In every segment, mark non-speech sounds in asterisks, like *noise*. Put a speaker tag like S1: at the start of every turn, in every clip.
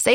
S1: Say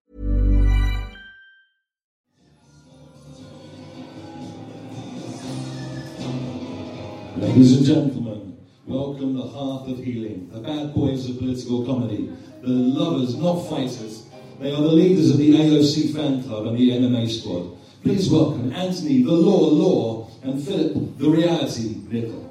S2: Ladies and gentlemen, welcome the Hearth of Healing, the bad boys of political comedy, the lovers, not fighters. They are the leaders of the AOC fan club and the MMA squad. Please welcome Anthony, the law, law, and Philip, the reality, Nickel.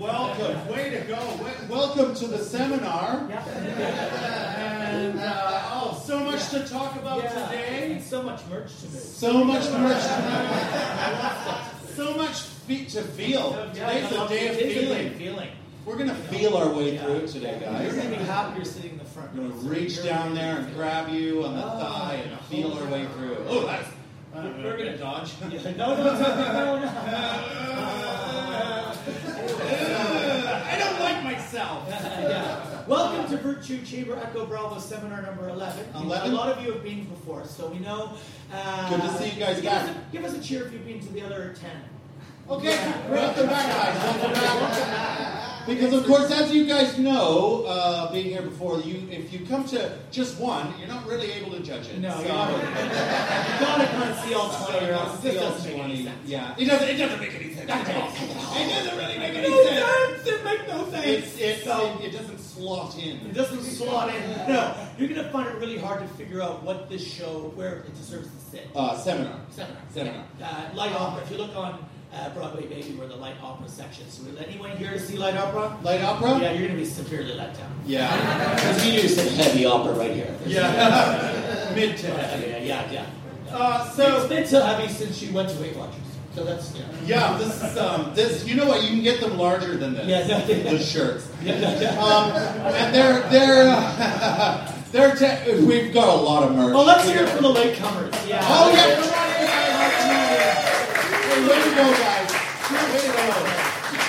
S3: Welcome, way to go. Wel- Welcome to the seminar. And uh, oh, so much to talk about today.
S4: So much merch to make.
S3: So much merch. so much feet to feel. Today's a day of feeling.
S4: feeling.
S3: We're gonna feel our way through it today,
S4: You're
S3: guys.
S4: gonna be happy you're sitting in the front
S3: I'm
S4: row.
S3: gonna reach down there and grab you on the thigh and feel our way through. Oh, that's. We're gonna dodge.
S4: No, no, *laughs* no, no, no.
S3: *laughs* I don't like myself.
S4: *laughs* yeah. Welcome to Virtue Chamber Echo Bravo Seminar number 11. You-
S3: 11?
S4: A lot of you have been before, so we know. Uh,
S3: Good to see you guys
S4: give
S3: back.
S4: Us a, give us a cheer if you've been to the other 10.
S3: Okay, welcome back, guys. Welcome back. Because of course, as you guys know, uh, being here before, you if you come to just one, you're not really able to judge it.
S4: No,
S3: So-
S4: you
S3: *laughs*
S4: gotta, you gotta kind of see all 20 year olds. This doesn't make any sense.
S3: Yeah, it doesn't. It doesn't make any sense. at all. It doesn't really make any
S4: No
S3: sense.
S4: sense! It makes no sense!
S3: It's, it's it, it doesn't slot
S4: It
S3: in.
S4: doesn't slot in. No, you're gonna find it really hard to figure out what this show, where it deserves to sit.
S3: Uh, seminar.
S4: Seminar.
S3: Seminar.
S4: Uh, light opera. If you look on uh, Broadway Baby, we're the light opera section. So, is anyone here to see light opera?
S3: Light opera.
S4: Yeah, you're gonna be severely let down.
S3: Yeah.
S4: Because you do some heavy opera right here.
S3: Yeah. Mid to.
S4: Yeah, yeah, yeah. yeah.
S3: Uh, so.
S4: So it's been so heavy since you went to Weight Watchers. So that's yeah.
S3: Yeah, this is um, this. You know what? You can get them larger than this.
S4: Yeah, yeah, yeah.
S3: The shirts.
S4: *laughs* Yeah, yeah, yeah.
S3: Um, and they're they're uh, *laughs* they're. Te- we've got a lot of merch.
S4: Well, let's hear it for the latecomers. Yeah.
S3: Oh yeah! come on in, guys. Hey, Way to go, guys! Way to go!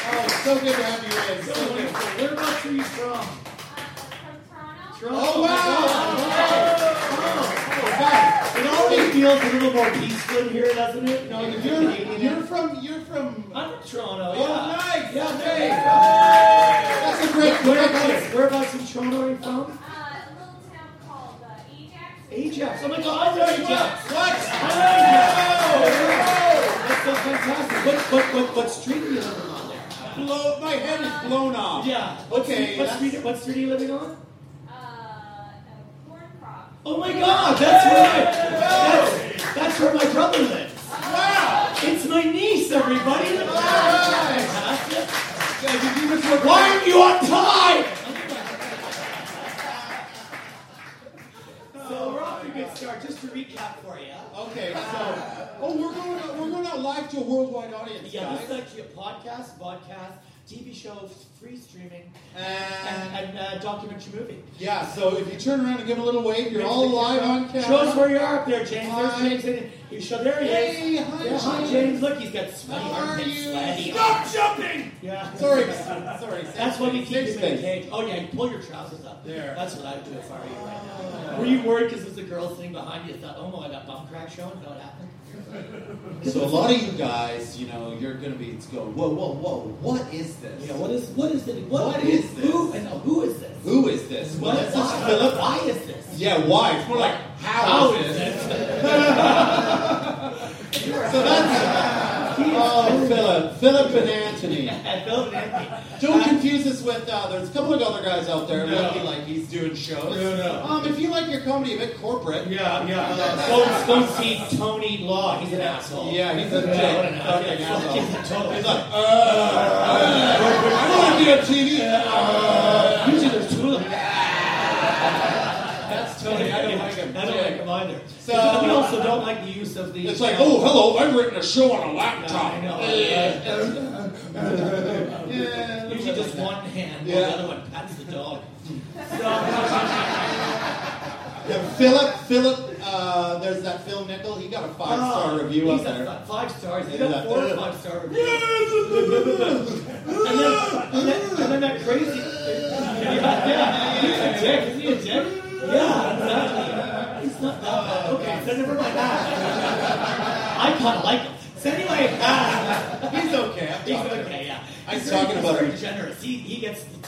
S3: Oh, so good to have you in. So good.
S4: Whereabouts are you from?
S3: Oh wow! Oh, guys,
S4: It already feels a little more peaceful in here, doesn't it? No,
S3: you're you're from you're from.
S4: I'm from Toronto.
S3: Oh,
S4: yeah.
S3: nice!
S4: Yeah,
S3: Okay. That's a
S4: Where-
S3: great.
S4: Whereabouts? Whereabouts in Toronto are you from? Ajax. Oh my God, I know Ajax.
S3: What?
S4: I know Ajax. That's so fantastic. What what what what street are you living on there?
S3: Blow, my head is blown off.
S4: Yeah. What
S3: Okay.
S4: Street, what
S3: that's-
S4: street? What street are you living on? Oh my God, that's right. That's, that's where my brother lives.
S3: Wow!
S4: It's my niece, everybody. Look at that.
S3: Guys, if you just look-
S4: Why aren't you on time? So we're off to a good start. Just to recap for you.
S3: Okay, so oh, we're going out, we're going out live to a worldwide audience,
S4: Yeah,
S3: guys.
S4: this is actually a podcast, podcast, TV show, free streaming, and,
S3: and
S4: and uh, documentary movie.
S3: yeah, so if you turn around and give a little wave, you're all live on camera.
S4: Show us where you are up there, James.
S3: Hi.
S4: There's James. In, you show there he is.
S3: Hey, hi,
S4: Yeah, hi,
S3: James.
S4: James. Look, he's got sweaty
S3: How are
S4: armpits.
S3: you?
S4: Sweaty
S3: Stop
S4: jumping! Yeah.
S3: Sorry, sorry.
S4: That's why you keep
S3: Safe
S4: him in a
S3: space.
S4: cage. Oh yeah, pull your trousers up.
S3: There.
S4: That's what I would do if I were you right now. Were you worried because there's a girl sitting behind you? Thought, oh my, I got bum crack showing. No, it happened.
S3: So a lot of you guys, you know, you're gonna be going, whoa, whoa, whoa, what is this?
S4: Yeah. What is what is it? What,
S3: What
S4: who,
S3: is this?
S4: Who? I know, who is this?
S3: Who is this?
S4: What is this?
S3: not-
S4: Philip? Why is this?
S3: Yeah, why? It's more like how is this?
S4: this?
S3: *laughs* So that's oh, Philip, Philip and Anthony.
S4: And Philip and Anthony.
S3: Don't confuse this with uh, there's a couple of other guys out there
S4: No.
S3: looking like he's doing shows.
S4: No, no.
S3: Um, if you like your comedy a bit corporate,
S4: Yeah, yeah. Go, go see Tony Law. He's an asshole.
S3: yeah, he's a
S4: Yeah, what an
S3: dick.
S4: *laughs*
S3: Fucking asshole.
S4: asshole.
S3: He's like, "Uh, I want to be on TV.
S4: Usually there's two of them.
S3: That's Tony. I don't like him.
S4: I don't like him either.
S3: So-
S4: So we also don't like the use of the.
S3: It's like, oh, hello, I've written a show on a laptop.
S4: I know. *laughs*
S3: Yeah.
S4: Usually just one hand, while
S3: Yeah.
S4: the other one pats the dog.
S3: Yeah, Philip, Philip, uh, there's that Phil Nickel. He got a five star review
S4: Oh, he's
S3: up
S4: a
S3: there.
S4: fi- Five stars. He
S3: Yeah.
S4: got four or five star reviews. and, then, and, then, and then that crazy. Yeah, yeah. He's a dick. Isn't he a dick? Yeah, exactly. He's not that bad. Okay, so never mind that. I kind of like him. So anyway, uh,
S3: *laughs* He's okay. I'm
S4: he's
S3: talking to
S4: okay,
S3: him.
S4: yeah.
S3: I'm
S4: He's
S3: talking
S4: very-
S3: about
S4: very
S3: him.
S4: generous. He, he gets the,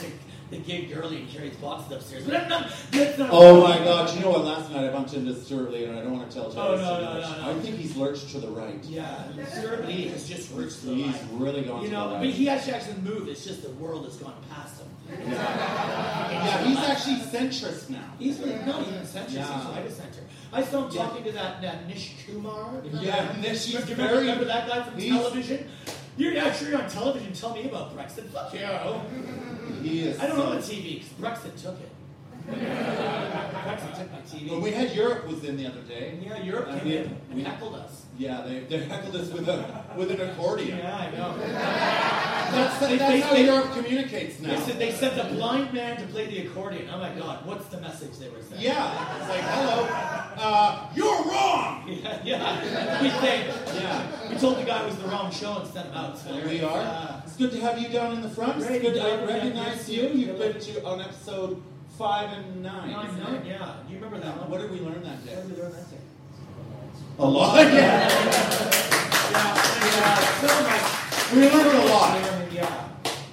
S4: the, the gig early and carries boxes upstairs. But I'm not, that's not
S3: *laughs* Oh my god, you know what? Last night I bumped into Stuart Lee and I don't want to tell Joe.
S4: Oh,
S3: this
S4: no,
S3: too
S4: no,
S3: much.
S4: no, no.
S3: I think he's lurched to the right.
S4: Yeah, Sir Lee has just reached the
S3: He's
S4: line.
S3: really gone
S4: You
S3: to
S4: know,
S3: the
S4: but
S3: right.
S4: he actually actually moved. It's just the world has gone past him.
S3: Yeah, he's actually centrist now.
S4: He's really not even centrist. He's
S3: Yeah.
S4: right of center. I saw him
S3: Yeah.
S4: talking to that, that Nish Kumar.
S3: Yeah, Nish, he's
S4: Remember-
S3: very-
S4: Remember that guy from
S3: he's-
S4: television? You're yeah, sure you're on television. Tell me about Brexit. Fuck you.
S3: He is.
S4: I don't know the TV because Brexit took it. Brexit took my TV.
S3: When we had Europe was in the other day.
S4: And yeah, Europe
S3: I
S4: came
S3: mean,
S4: in and
S3: we-
S4: heckled us.
S3: Yeah, they, they heckled us with a with an accordion.
S4: Yeah, I know.
S3: That's,
S4: They-
S3: that's
S4: they-
S3: how
S4: they-
S3: Europe communicates now.
S4: They said, they sent the blind man to play the accordion. Oh my God, what's the message they were sending?
S3: Yeah, it's like hello, uh, you're wrong.
S4: Yeah, *laughs* yeah. We think.
S3: Yeah.
S4: We told the guy it was the wrong show and sent him out. So
S3: We are.
S4: Uh,
S3: it's good to have you down in the front.
S4: Great,
S3: it's good
S4: yeah,
S3: to
S4: yeah,
S3: recognize
S4: yeah,
S3: you.
S4: yeah.
S3: You've been to on episode five and nine.
S4: nine,
S3: isn't it?
S4: nine, yeah. You remember that one?
S3: What did we learn that day?
S4: What did we learn that day?
S3: A lot. *laughs* Yeah.
S4: Yeah, so much.
S3: We learned a lot.
S4: Yeah.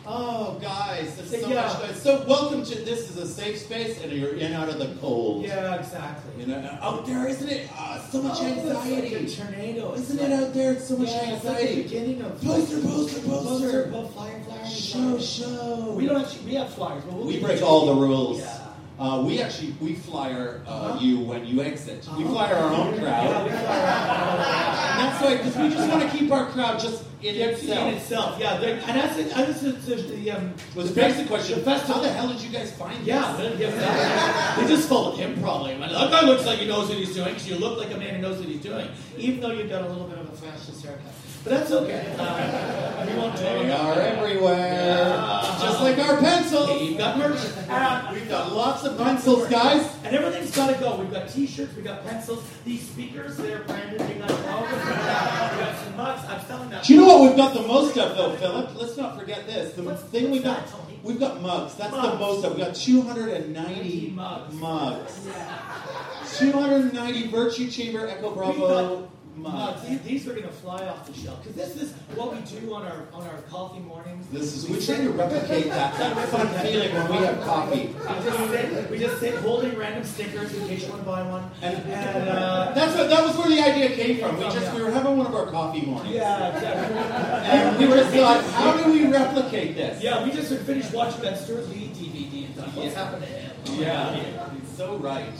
S3: Oh, guys, there's so
S4: Yeah.
S3: much. So welcome to this is a safe space, and you're in out of the cold.
S4: Yeah, exactly.
S3: You know, uh, out there, isn't it? Ah, so much
S4: Oh, It's
S3: anxiety.
S4: like a tornado. It's
S3: Isn't it
S4: like-
S3: out there? It's so much
S4: yeah, it's like the
S3: anxiety.
S4: beginning of
S3: Poster, poster, poster.
S4: well, flyer, flyer,
S3: Show,
S4: flyer.
S3: show.
S4: We don't actually. We have flyers, but we'll
S3: We
S4: be-
S3: break all the rules.
S4: Yeah.
S3: Uh, we actually we flyer uh,
S4: Uh-huh.
S3: you when you exit. We
S4: Uh-huh.
S3: flyer our own
S4: Yeah,
S3: crowd.
S4: we flyer.
S3: And that's why because we just want to keep our crowd just *laughs* in
S4: In
S3: itself.
S4: itself, yeah. There, and that's it. That's the, the, the um.
S3: Well, the basic question:
S4: The festival.
S3: How the hell did you guys find
S4: Yeah,
S3: this?
S4: they didn't give that. They just followed him probably. Went, That guy looks like he knows what he's doing. 'cause you look like a man who knows what he's doing, even though you've got a little bit of a fascist haircut. But that's okay. Uh, we won't dwell on
S3: They
S4: that.
S3: are everywhere,
S4: Yeah.
S3: just like our
S4: Okay,
S3: pencils.
S4: You've got merch. Uh,
S3: We've got lots of pencils, guys.
S4: and everything's got to go. We've got T-shirts, we've got pencils, these speakers. They're branded. We got logos. We got we got some mugs. I'm selling that.
S3: Do you know what we've got the most of though, Philip? Let's not forget this. The
S4: What's-
S3: thing we
S4: what's
S3: got,
S4: that, Tony?
S3: we've got mugs. That's the
S4: Mugs.
S3: most of. We got 290
S4: Mugs.
S3: mugs. 290 Virtue Chamber Echo
S4: We
S3: Bravo
S4: thought,
S3: mugs.
S4: no, these, these are going to fly off the shelf because this is what we do on our on our coffee
S3: *laughs*
S4: mornings.
S3: This is we're trying to replicate that that fun feeling when we have coffee.
S4: We just sit, we just sit holding random stickers in case you want to buy one.
S3: And-
S4: and uh,
S3: That's what that was where the idea came from. We
S4: Oh,
S3: just
S4: yeah.
S3: we were having one of our coffee mornings.
S4: yeah, exactly.
S3: And we just thought, how do we replicate this?
S4: yeah, we just finished watching that Stuart Lee DVD and thought, what's happened to him?
S3: Yeah. He's so right.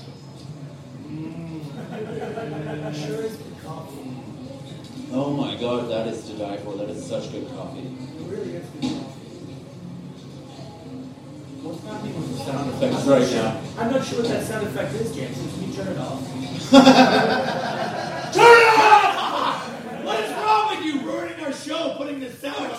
S4: Mm.
S3: *laughs*
S4: It sure is good coffee.
S3: Oh my god, that is to die for. That is such good coffee.
S4: It really is good coffee.
S3: What's happening with the sound effects right now?
S4: I'm not sure what that sound effect is, James. Can you turn it off?
S3: Turn it off!
S4: What is wrong with you ruining our show, putting this sound effect?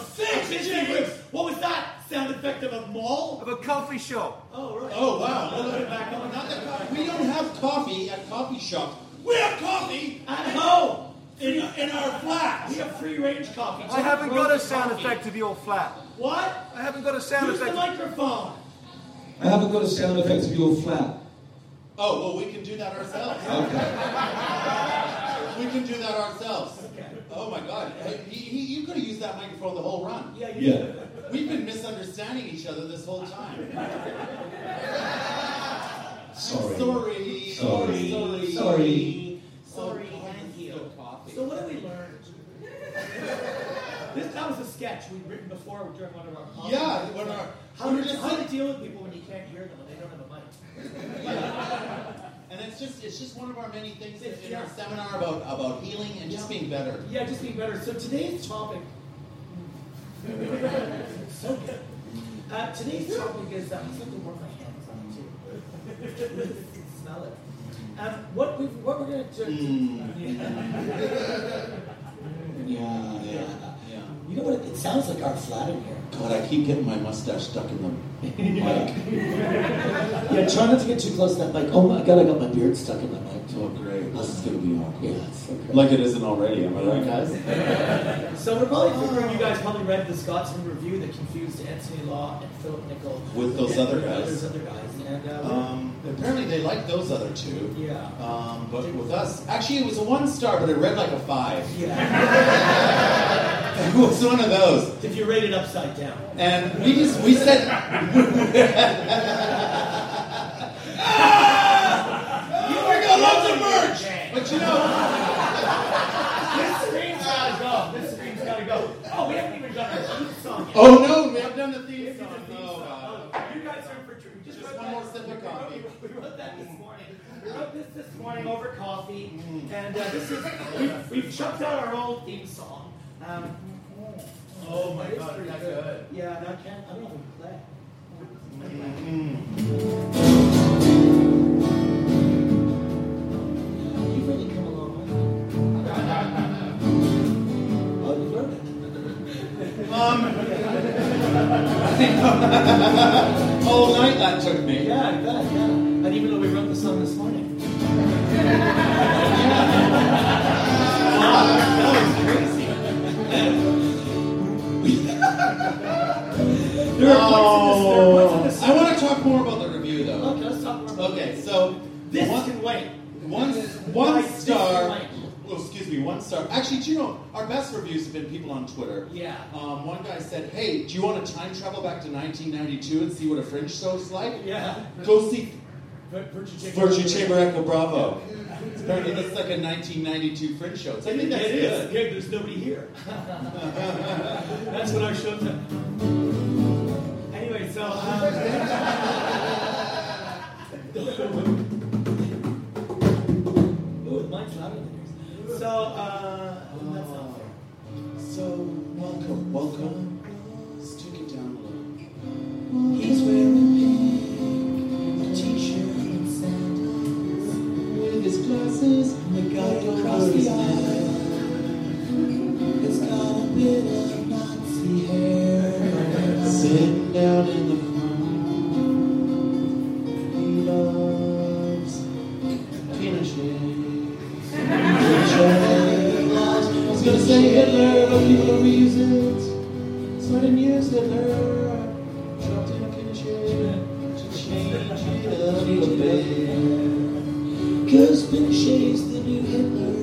S4: What was that sound effect of a mall?
S5: of a coffee shop.
S4: Oh, right.
S3: Oh wow.
S4: I'll put it back on.
S3: Not that coffee. We don't have coffee at coffee shops. We have coffee
S4: At home.
S6: in, in our flat.
S4: We have free range coffee.
S5: I haven't got a sound effect to the old flat.
S4: What?
S5: I haven't got a sound
S4: Use the
S5: effect.
S4: microphone.
S7: I haven't got a sound effect of your flat.
S3: Oh, well, we can do that ourselves.
S7: Okay.
S3: We can do that ourselves. Oh my God. Hey, He, he, you could have used that microphone the whole run.
S4: Yeah, you
S7: Yeah.
S3: We've been misunderstanding each other this whole time.
S7: Sorry.
S3: Sorry.
S7: Sorry.
S3: Sorry.
S7: Sorry.
S4: Sorry,
S3: Oh,
S4: thank
S3: coffee,
S4: you.
S3: oh, coffee.
S4: So what have we learned? this that was a sketch we'd written before during one of our podcasts.
S3: Yeah, one of our-
S4: how,
S3: we
S4: to,
S3: were just
S4: how to
S3: like-
S4: deal with people when you can't hear them when they don't have a mic.
S3: And it's just it's just one of our many things
S4: It's-
S3: in our
S4: yeah.
S3: seminar about, about healing and just being better.
S4: Yeah, just be better. So today's topic. *laughs* so good. Uh, today's topic is um, something where my hands on too. *laughs* Smell it. Um, what we what we're gonna do?
S3: Hmm. *laughs* Yeah, yeah, yeah.
S2: You know what? It sounds like our flat in here.
S3: God, I keep getting my mustache stuck in the *laughs* mic.
S2: Yeah, try not to get too close to that mic. Oh my god, I got my beard stuck in that mic.
S3: Oh, great. This is going to be awkward.
S2: Yeah, it's okay.
S3: Like it isn't already, am I right, guys?
S4: So we're probably you guys probably read the Scotsman review that confused Anthony Law and Philip Nichol
S3: With those
S4: and
S3: other
S4: Those
S3: guys.
S4: other guys and uh,
S3: Um, apparently they like those other two.
S4: yeah.
S3: Um, but with us, actually, it was a one star, but it read like a five.
S4: Yeah.
S3: *laughs* It was one of those,
S4: if you rate it upside down.
S3: and we just we said, *laughs* Ah! Oh my God, lots of merch! But you know,
S4: This screen's gotta go. This screen's gotta go. Oh, we haven't even done our theme song yet.
S3: oh no, we have done the theme
S4: This is
S3: song.
S4: a theme
S3: Oh, God.
S4: song. Oh, You guys are in for treat. Just,
S3: Just
S4: wrote
S3: one
S4: that-
S3: more sip of coffee.
S4: We wrote, we wrote that this morning. We wrote this this morning over coffee, and uh, this is we've, we've chucked out our old theme song. Um,
S3: Oh
S4: that is pretty good. Yeah, and I can't. I don't even play.
S2: You've really come a long way. Oh, you learned it.
S3: All Oh, night that took me.
S4: Oh, Yeah, I bet. Yeah, and even though we wrote the song this morning.
S3: *laughs*
S4: There are points in this. There
S3: Oh. I
S4: are points in
S3: want to talk more about the review
S4: this.
S3: though.
S4: Okay, let's talk more about
S3: Okay, so
S4: This
S3: one,
S4: can wait.
S3: one,
S4: This is why
S3: one
S4: this
S3: star.
S4: can wait.
S3: Well, excuse me, one star. Actually, do you know our best reviews have been people on Twitter?
S4: Yeah.
S3: Um, one guy said, "Hey, do you want to time travel back to 1992 and see what a fringe show's like?
S4: Yeah.
S3: Go see
S4: But Virtue Chamber.
S3: Virtue Chamber Echo Bravo. Apparently, that's like a 1992 fringe show. So I think that's
S4: It
S3: good.
S4: is. Yeah, there's nobody here. *laughs* That's what our show's at. Anyway, so. Um, *laughs* Ooh, mine's louder than yours. So, uh, that's not fair.
S3: So welcome, welcome. Let's take it down a little.
S2: He's wearing pink, a t-shirt and sandals.
S3: With his glasses,
S2: The guy across the aisle has got a bit of Nazi hair.
S3: sitting down in the front. He loves peanut shakes. I was gonna say Hitler, but people don't reuse it, so I didn't use Hitler. I dropped in a peanut shake to change it up a little bit.
S2: Cause Pinochet's the new Hitler.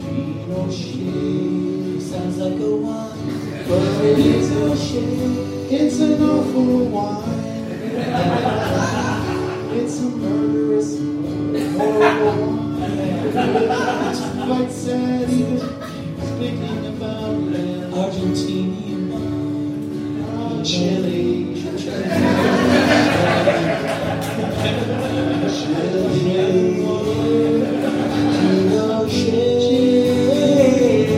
S3: Pinochet
S2: Sounds like a wine,
S3: But it is a shame, it's an awful wine. *laughs* It's a murderous, horrible wine. It's quite sad even speaking about it.
S2: Argentinian wine.
S3: Chili.
S2: Pinochet.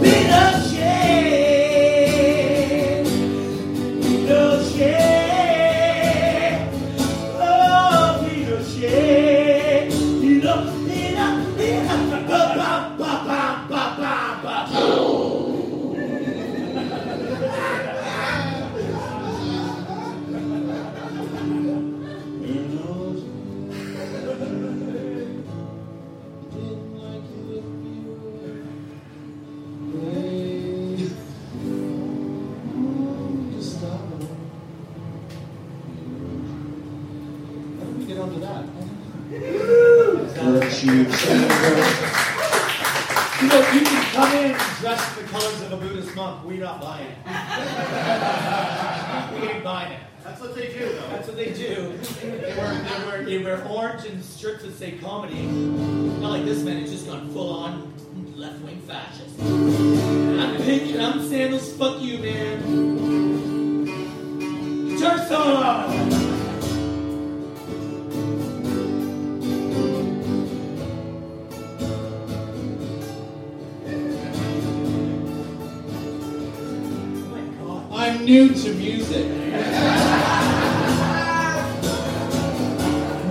S2: Pinochet. Pinochet. Oh, Pinochet. Pino- Pino- Pino- Ba- ba- ba- ba- ba- ba- ba.
S4: You know, you can come in dressed in the colors of a Buddhist monk. We're not buying it. we ain't buying it.
S3: That's what they do, though.
S4: That's what they do. They wear, they wear, they wear orange and strips that say comedy. Not like this man, it's just gone full on left wing fascist. I'm pink and I'm sandals, fuck you, man. Guitar solo! Oh my god.
S3: I'm new to music.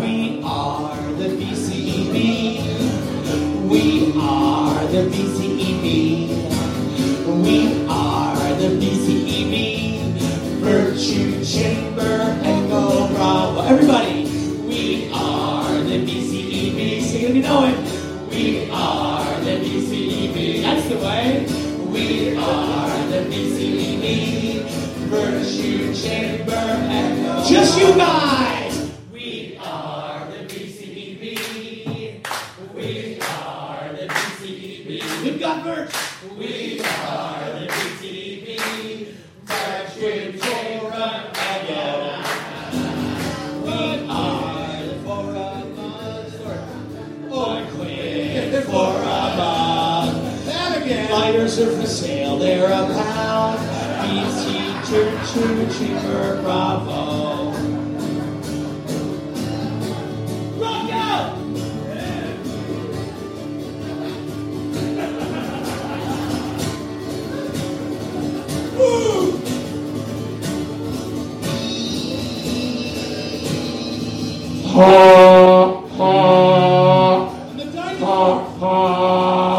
S3: we are the BCEB. We are the BCEB. We are the BCEB. Virtue Chamber Echo Bravo. Everybody, we are the BCEB. Sing it, you know it. We are the BCEB. That's the way. We are the BCEB. Virtue Chamber Echo. Just you guys. We are the BCEB. We are the BCEB. We've got merch. We are the BCEB. March with Torah again. We are the for a month or quit for a month. That again. Fighters are for sale, they're a pound. BC choo choo cheaper bravo.
S4: Rock out!
S3: And the dinosaur.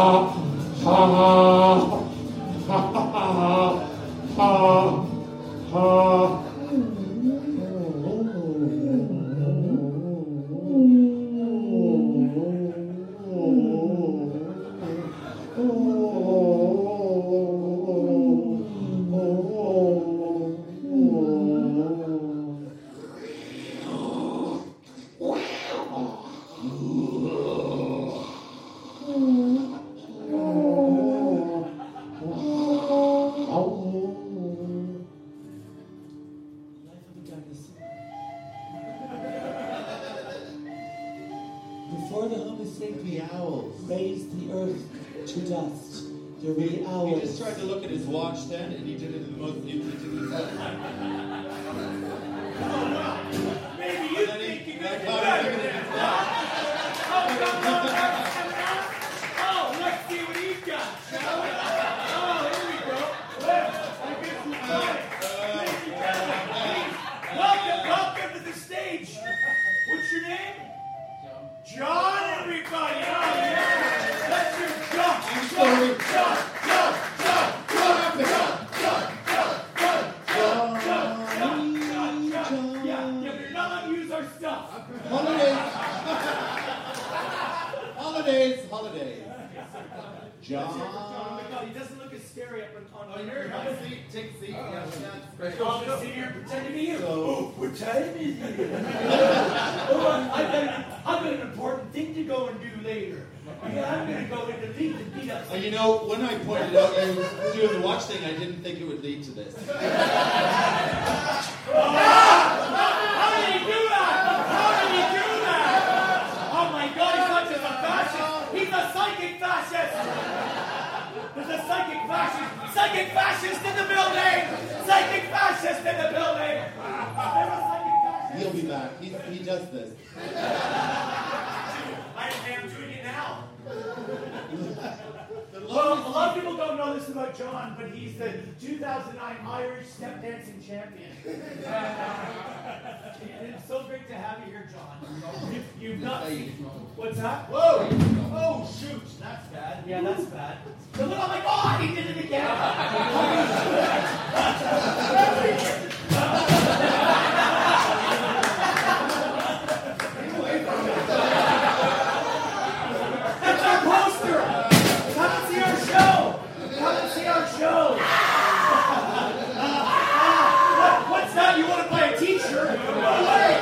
S4: Life of a dinosaur.
S8: Before the Homo sapien raised the earth to dust, there were the
S3: He just
S8: owls.
S3: tried to look at his watch then, and he did it in the most inconvenient way. Maybe you think you could
S4: Oh, let's see what he's got. shall we? Oh, here we go. Well, I guess we're fine. Ladies and gentlemen, please, welcome, welcome to the stage. What's your name? John, everybody. Oh, yeah. That's your John.
S3: I'm sorry.
S4: John, John, John, John, John, John. Yeah, yeah, we're not allowed to use our stuff.
S3: Holidays. *laughs* Holidays, holidays. John.
S4: Oh, my God, he doesn't look as scary up on,
S3: Oh,
S4: on here.
S3: Take a seat. Yeah, that's great.
S4: Officer, pretend to be you.
S3: So-
S4: oh, pretend to be *laughs* you. oh, I've got, I've got an important thing to go and do later. Yeah, I'm gonna go into leave and beat up.
S3: Uh, you know, when I pointed out you were doing the watch thing, I didn't think it would lead to this.
S4: How did he do that? How did he do that? Oh my God, he's not just a fascist. He's a psychic fascist. There's a psychic fascist, psychic fascist in the building. Psychic fascist in the building. There's a psychic fascist.
S3: He'll be back. He, he does this.
S4: I am doing it now.
S3: The
S4: Well, a
S3: longest,
S4: lot of people don't know this about John, but he's the 2009 Irish step dancing champion. *laughs* and it's so great to have you here, John. If you've not seen what's that? Whoa! Oh shoot, that's bad. Yeah, that's bad. So look, *laughs* oh my God, he did it again. That's our poster. Come and see our show. Come and see our show. *laughs* What- what's that? You want to buy a T-shirt? No way.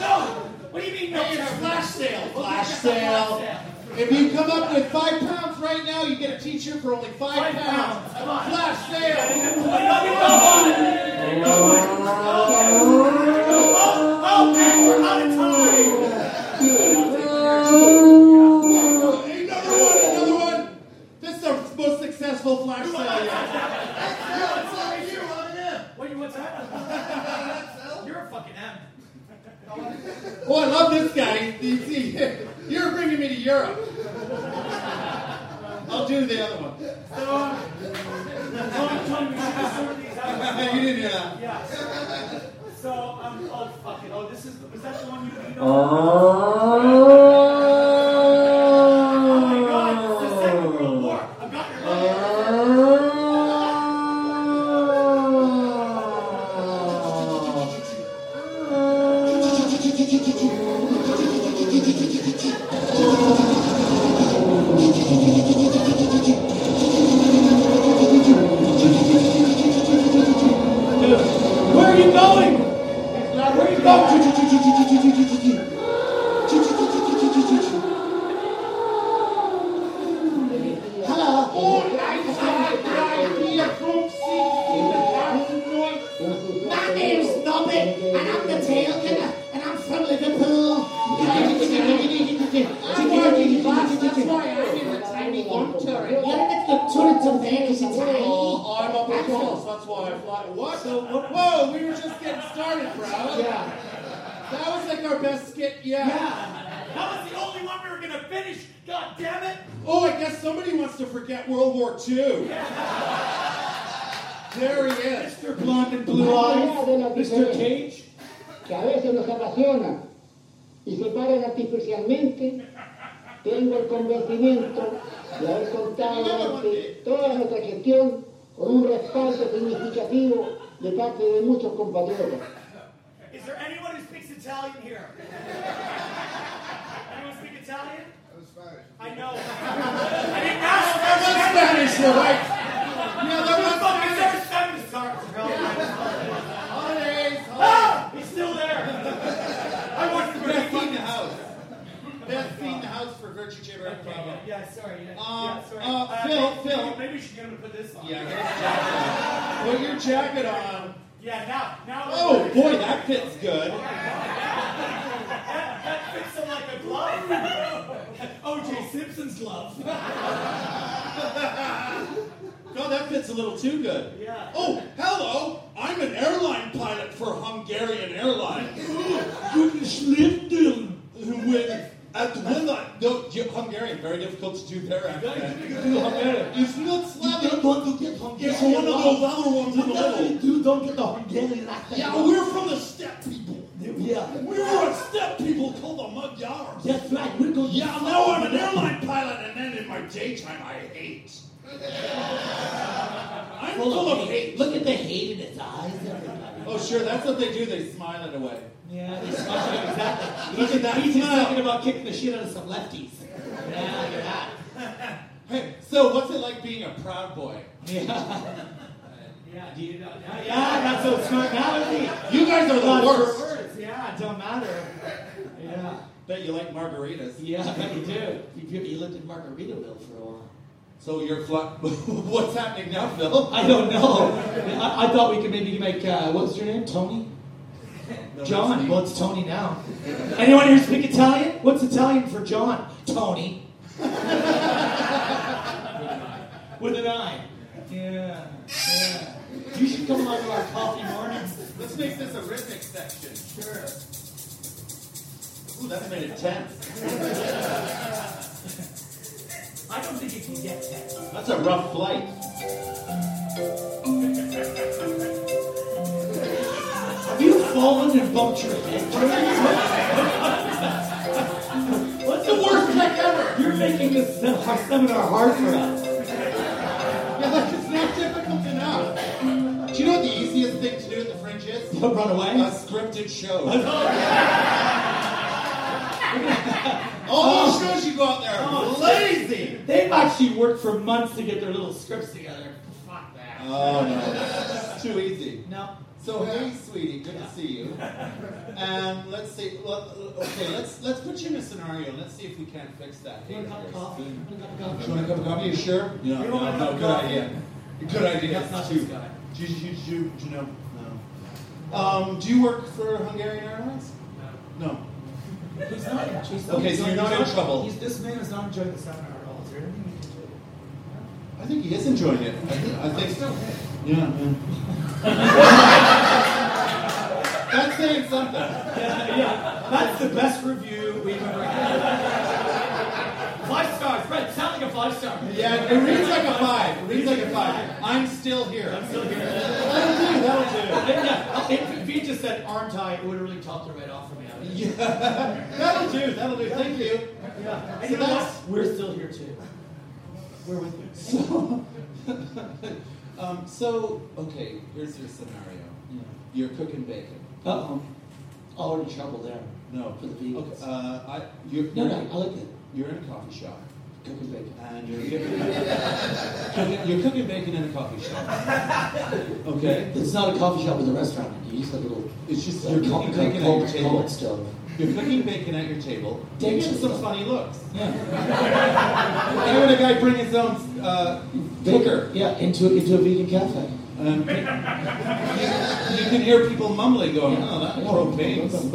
S4: No. What do you mean no?
S3: Hey, it's
S4: Terry?
S3: flash sale,
S4: Well,
S3: flash
S4: it's a
S3: sale.
S4: flash sale.
S3: If you come up with five pounds right now, you get a T-shirt for only five,
S4: Five pounds. Come on.
S3: Flash sale.
S4: Oh, man, we're out of time.
S3: Another one. Another one. This is the most successful flash sale. yet.
S4: What you what's that?
S3: *laughs*
S4: You're a fucking M.
S3: Oh, I love this guy. You see, *laughs* you're bringing me to Europe. I'll do the other one.
S4: Tony, Tony, we should sort these out.
S3: Hey, you didn't hear that.
S4: Yeah. So um, oh fucking oh this is was that the one you beat Oh my god, it's the second world war. I've got your money.
S3: Where are you going? Where are you going? Hello. Oh, nice, nice, nice. We are from Sydney. My name's Nobby, and I'm the tail killer, and I'm from Liverpool. I'm working class, that's why I'm in the tiny one turret.
S9: You're in the turret of Venice, it's
S3: Oh, I'm up in close. That's why I fly. What? Whoa, we were just getting started, bro. Yeah. That was like our best skit yet.
S4: That was the only one we were gonna finish, god damn it!
S3: Oh, I guess somebody wants to forget World War II. There he is. Mr. Blonde and Blue Eyes. Mr. Cage.
S10: que a veces nos apasiona y se paran artificialmente, tengo el convencimiento de haber contado durante toda nuestra gestión con un respaldo significativo de parte de muchos compatriotas.
S4: Is there anyone who speaks Italian here? anyone speak Italian? I know. I didn't ask for
S3: That was Spanish, you're right. Yeah, that was
S4: fucking there seven stars, bro.
S3: holidays.
S4: Ah! He's still there. I watched the
S3: Best
S4: fucking
S3: in the house. Best in the house for Virtue Chamber. and Bravo.
S4: Yeah, sorry. Yeah,
S3: Um,
S4: yeah, sorry.
S3: uh, Phil,
S4: maybe,
S3: Phil.
S4: Maybe we should get him to put this on.
S3: Yeah, get his jacket on. Put your jacket on.
S4: Yeah, now, now.
S3: Oh boy, that fits good.
S4: That fits him like a glove. *laughs* O.J. Simpson's glove.
S3: No, that fits a little too good.
S4: Yeah.
S3: Oh, hello! I'm an airline pilot for Hungarian Airlines. Guten Schlitten with at one I no you- Hungarian very difficult to do their accent. It's not Slavic. You don't want to get Hungarian. It's one of those other ones in the middle.
S9: You don't get the Hungarian accent.
S3: Yeah, we're from the steppe people.
S9: Yeah.
S3: We were a steppe people called the Magyars.
S9: That's right, we're going to...
S3: Yeah, now I'm an airline pilot, and then in my daytime, I
S9: *laughs*
S3: hate. I'm full of hate.
S9: Look at the hate in his eyes, everybody.
S3: Oh, sure, that's what they do. They smile it away.
S9: Yeah, they smile,
S3: *laughs*
S9: exactly.
S3: Look at that
S9: He's just
S3: smile.
S9: thinking about kicking the shit out of some lefties. Yeah, look at that.
S3: *laughs* Hey, so what's it like being a proud boy?
S4: Yeah, do you know? Yeah,
S9: Yeah, that's so smart now, isn't he?
S3: You guys are the
S9: Lots of
S3: worst.
S9: words. Yeah, it don't matter. Yeah.
S3: Bet you like margaritas.
S9: Yeah, I bet you do. You, you lived in Margaritaville for a while.
S3: So you're fly- *laughs* What's happening now, Phil?
S9: I don't know. I, I thought we could maybe make, uh, what's your name? Tony? John. Well, it's Tony now. Anyone here speak Italian? What's Italian for John? Tony. With an I. Yeah. Yeah. You should come along to our coffee mornings.
S3: Let's make this a rhythmic section. Sure. Ooh, that made it tense.
S4: I don't think you can get that.
S3: That's a rough flight.
S9: Have you fallen and bumped your head?
S3: That's the worst flight ever.
S9: You're making this sem- our seminar hard for us.
S3: *laughs* Yeah, like it's not difficult enough. Do you know what the easiest thing to do in the fringe *laughs* is?
S9: Don't run
S3: A
S9: away.
S3: scripted *laughs* show. All those shows you go out there, lazy.
S9: They've actually worked for months to get their little scripts together. Fuck that.
S3: Oh, no. It's *laughs* Too easy.
S9: No.
S3: So hey, sweetie, good to see you. And let's see. Well, okay, let's let's put you in a scenario. Let's see if we can't fix that.
S9: You want a cup of coffee? You want a
S3: Do you
S9: cup of coffee?
S3: want a cup of coffee? You sure? Yeah.
S9: We don't want a cup of
S3: good
S9: coffee.
S3: idea. Good idea.
S9: That's not this guy.
S3: Do you, do you, do you, do you know? No. Um, do you work for Hungarian Airlines? No.
S9: He's not in he's-
S3: Okay,
S9: he's
S3: so you're not
S9: he's
S3: in trouble.
S9: He's, this man is not enjoying the seminar at all. Is there anything we can do?
S3: I think he is enjoying it. I think. I think so. Yeah. yeah. *laughs* That's saying something.
S9: That's the best review we've ever had. five stars, Brett. Sound like a five star.
S3: Yeah, it reads like a five. It reads like a five. I'm still here. I'm still here. That'll do. That'll do.
S9: yeah, if, if he just said aren't I, it would have really topped her right off for me. I would-
S3: That'll do. That'll do. Thank you.
S9: Yeah.
S3: So
S9: And you know what?
S3: that's-
S9: We're still here too. We're with you.
S3: So, *laughs* um, so okay. Here's your scenario. You're cooking bacon.
S9: Uh oh. Already trouble there.
S3: No.
S9: For the vegans.
S3: Okay, uh, I, you're,
S9: No, no, I like it.
S3: You're in a coffee shop.
S9: Cooking bacon.
S3: And you're cooking, *laughs* you're cooking bacon in a coffee shop. Okay.
S9: It's not a coffee shop, it's a restaurant. You use a little.
S3: It's just
S9: You're
S3: you're cooking bacon at your
S9: cold, cold
S3: table.
S9: stove.
S3: You're cooking bacon at your table. You
S9: Table
S3: get some
S9: stove.
S3: funny looks.
S9: Yeah.
S3: Why would a guy bring his own uh, cooker?
S9: Yeah, into into a vegan cafe.
S3: Um, you, you can hear people mumbling, going, "Oh, that propane's."
S9: propane.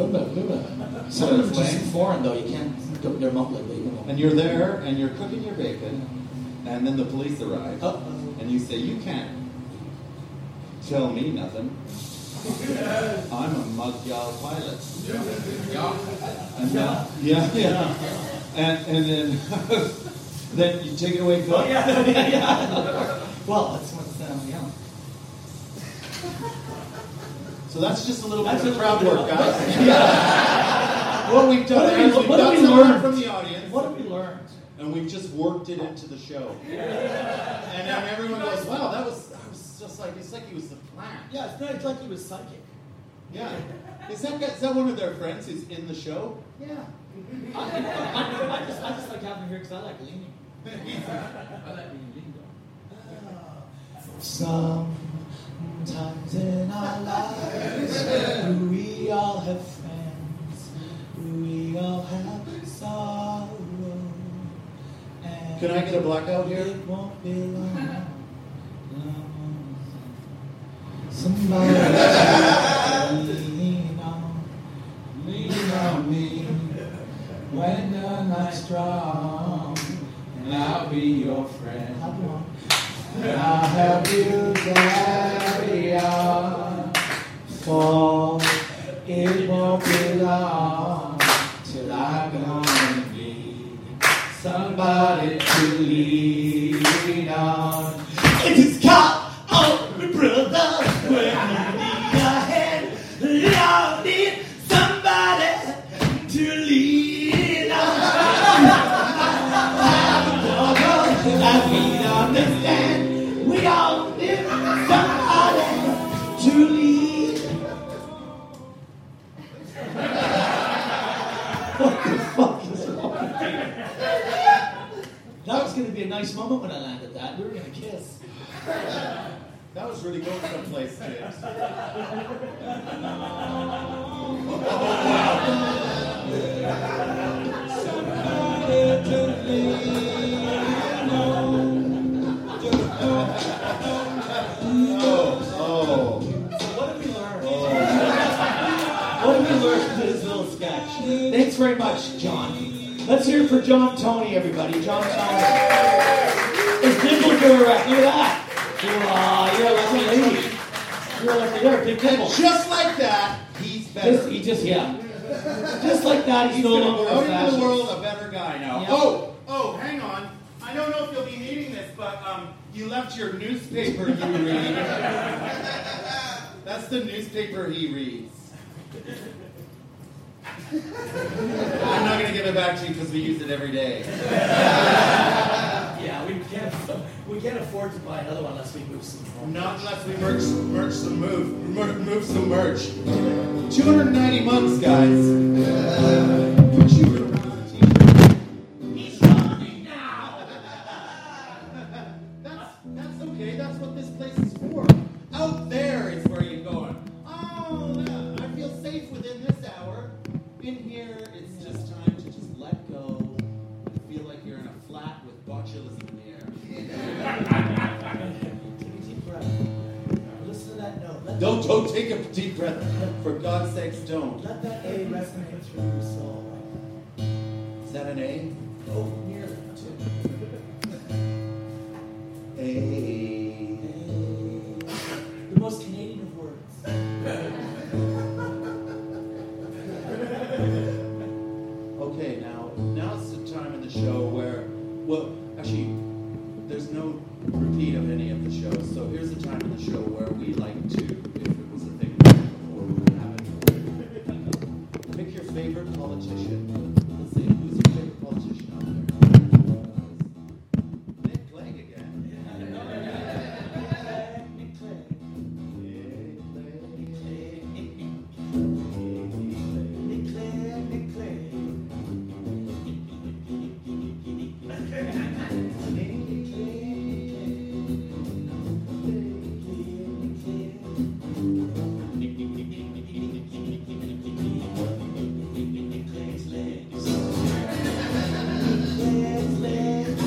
S9: Some of them are
S3: Flame.
S9: just foreign though. You can't. go- They're mumbling. They, you know.
S3: And you're there, and you're cooking your bacon, and then the police arrive,
S9: Uh-oh.
S3: and you say, "You can't tell me nothing. I'm a Magyar pilot." Yeah, and then, yeah, yeah. And, and then, *laughs* then you take it away. Go,
S9: Well, that's what's um, yeah.
S3: So that's just a little
S9: That's
S3: bit of
S9: a
S3: crowd
S9: little
S3: work,
S9: bit
S3: guys. *laughs* What we've done
S9: What have we-
S3: is we've
S9: what have
S3: got
S9: we
S3: someone
S9: learned?
S3: from the audience,
S9: What have we learned?
S3: and we've just worked it into the show. And then everyone goes, "Wow, that was." I was just like, it's like he was the plan.
S9: Yeah, it's not like he was psychic.
S3: Yeah. Is that guy- is that one of their friends who's in the show? Yeah.
S9: *laughs* I, I, I, just, I just like having him here because *laughs* I like leaning. I like being leaned on. Sometimes in our lives, we all have friends, we all have sorrow. And
S3: Can I get a blackout here?
S9: It won't be long. Somebody *laughs* lean on, lean on me when you're not strong, and I'll be your friend. I'll help you carry on, for it won't be long till I'm gonna need somebody to lean on. It is caught on me, brother, when you need a hand. I need somebody to lean on. I mean, understand. We all need somebody to lead. What the fuck is wrong with you? That was going to be a nice moment when I landed that. We were going to kiss.
S3: That was really going someplace, James.
S9: *laughs*
S3: Oh, oh.
S9: What did we learn? what did we learn from this little sketch? Thanks very much, John. Let's hear it for John Tony, everybody. John Tony. It's nipple giver rep. Look at that. You are, you're a lucky lady. You're a lucky, you're a big nipple.
S3: Just like that, he's better.
S9: Just, he just, yeah. Just like that, he's no longer a
S3: out into
S9: fascist.
S3: the world a better guy now.
S9: Yeah.
S3: Oh, oh, hang on. I don't know if you'll be needing this, but um, you left your newspaper you read. That's the newspaper he reads. I'm not going to give it back to you because we use it every day.
S4: Yeah, we can't, we can't afford to buy another one unless we move some more.
S3: Not unless we merch, merch some move, mer- move some merch. 290 months, guys. Put you in a t-shirt.
S4: He's running now!
S3: That's that's okay. That's what this place is for. Don't, don't take a deep breath. For God's sakes, don't.
S9: Let that A resonate through your soul.
S3: Is that an A?
S9: Oh, nearly.
S3: A.
S9: The most Canadian of words.
S3: Okay, now now's the time in the show where, well, actually, there's no repeat of any of the shows. So here's the time in the show where we like to, if it was a thing before we would have it, pick your favorite politician. Let's see, who's your favorite politician out there? Nick Clegg again.
S9: Nick Clegg. Nick Clegg, Nick Clegg. Nick Clegg, Nick Clegg. Nick Clegg's legs. Nick Clegg's legs.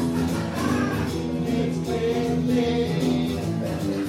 S9: Nick Clegg's legs.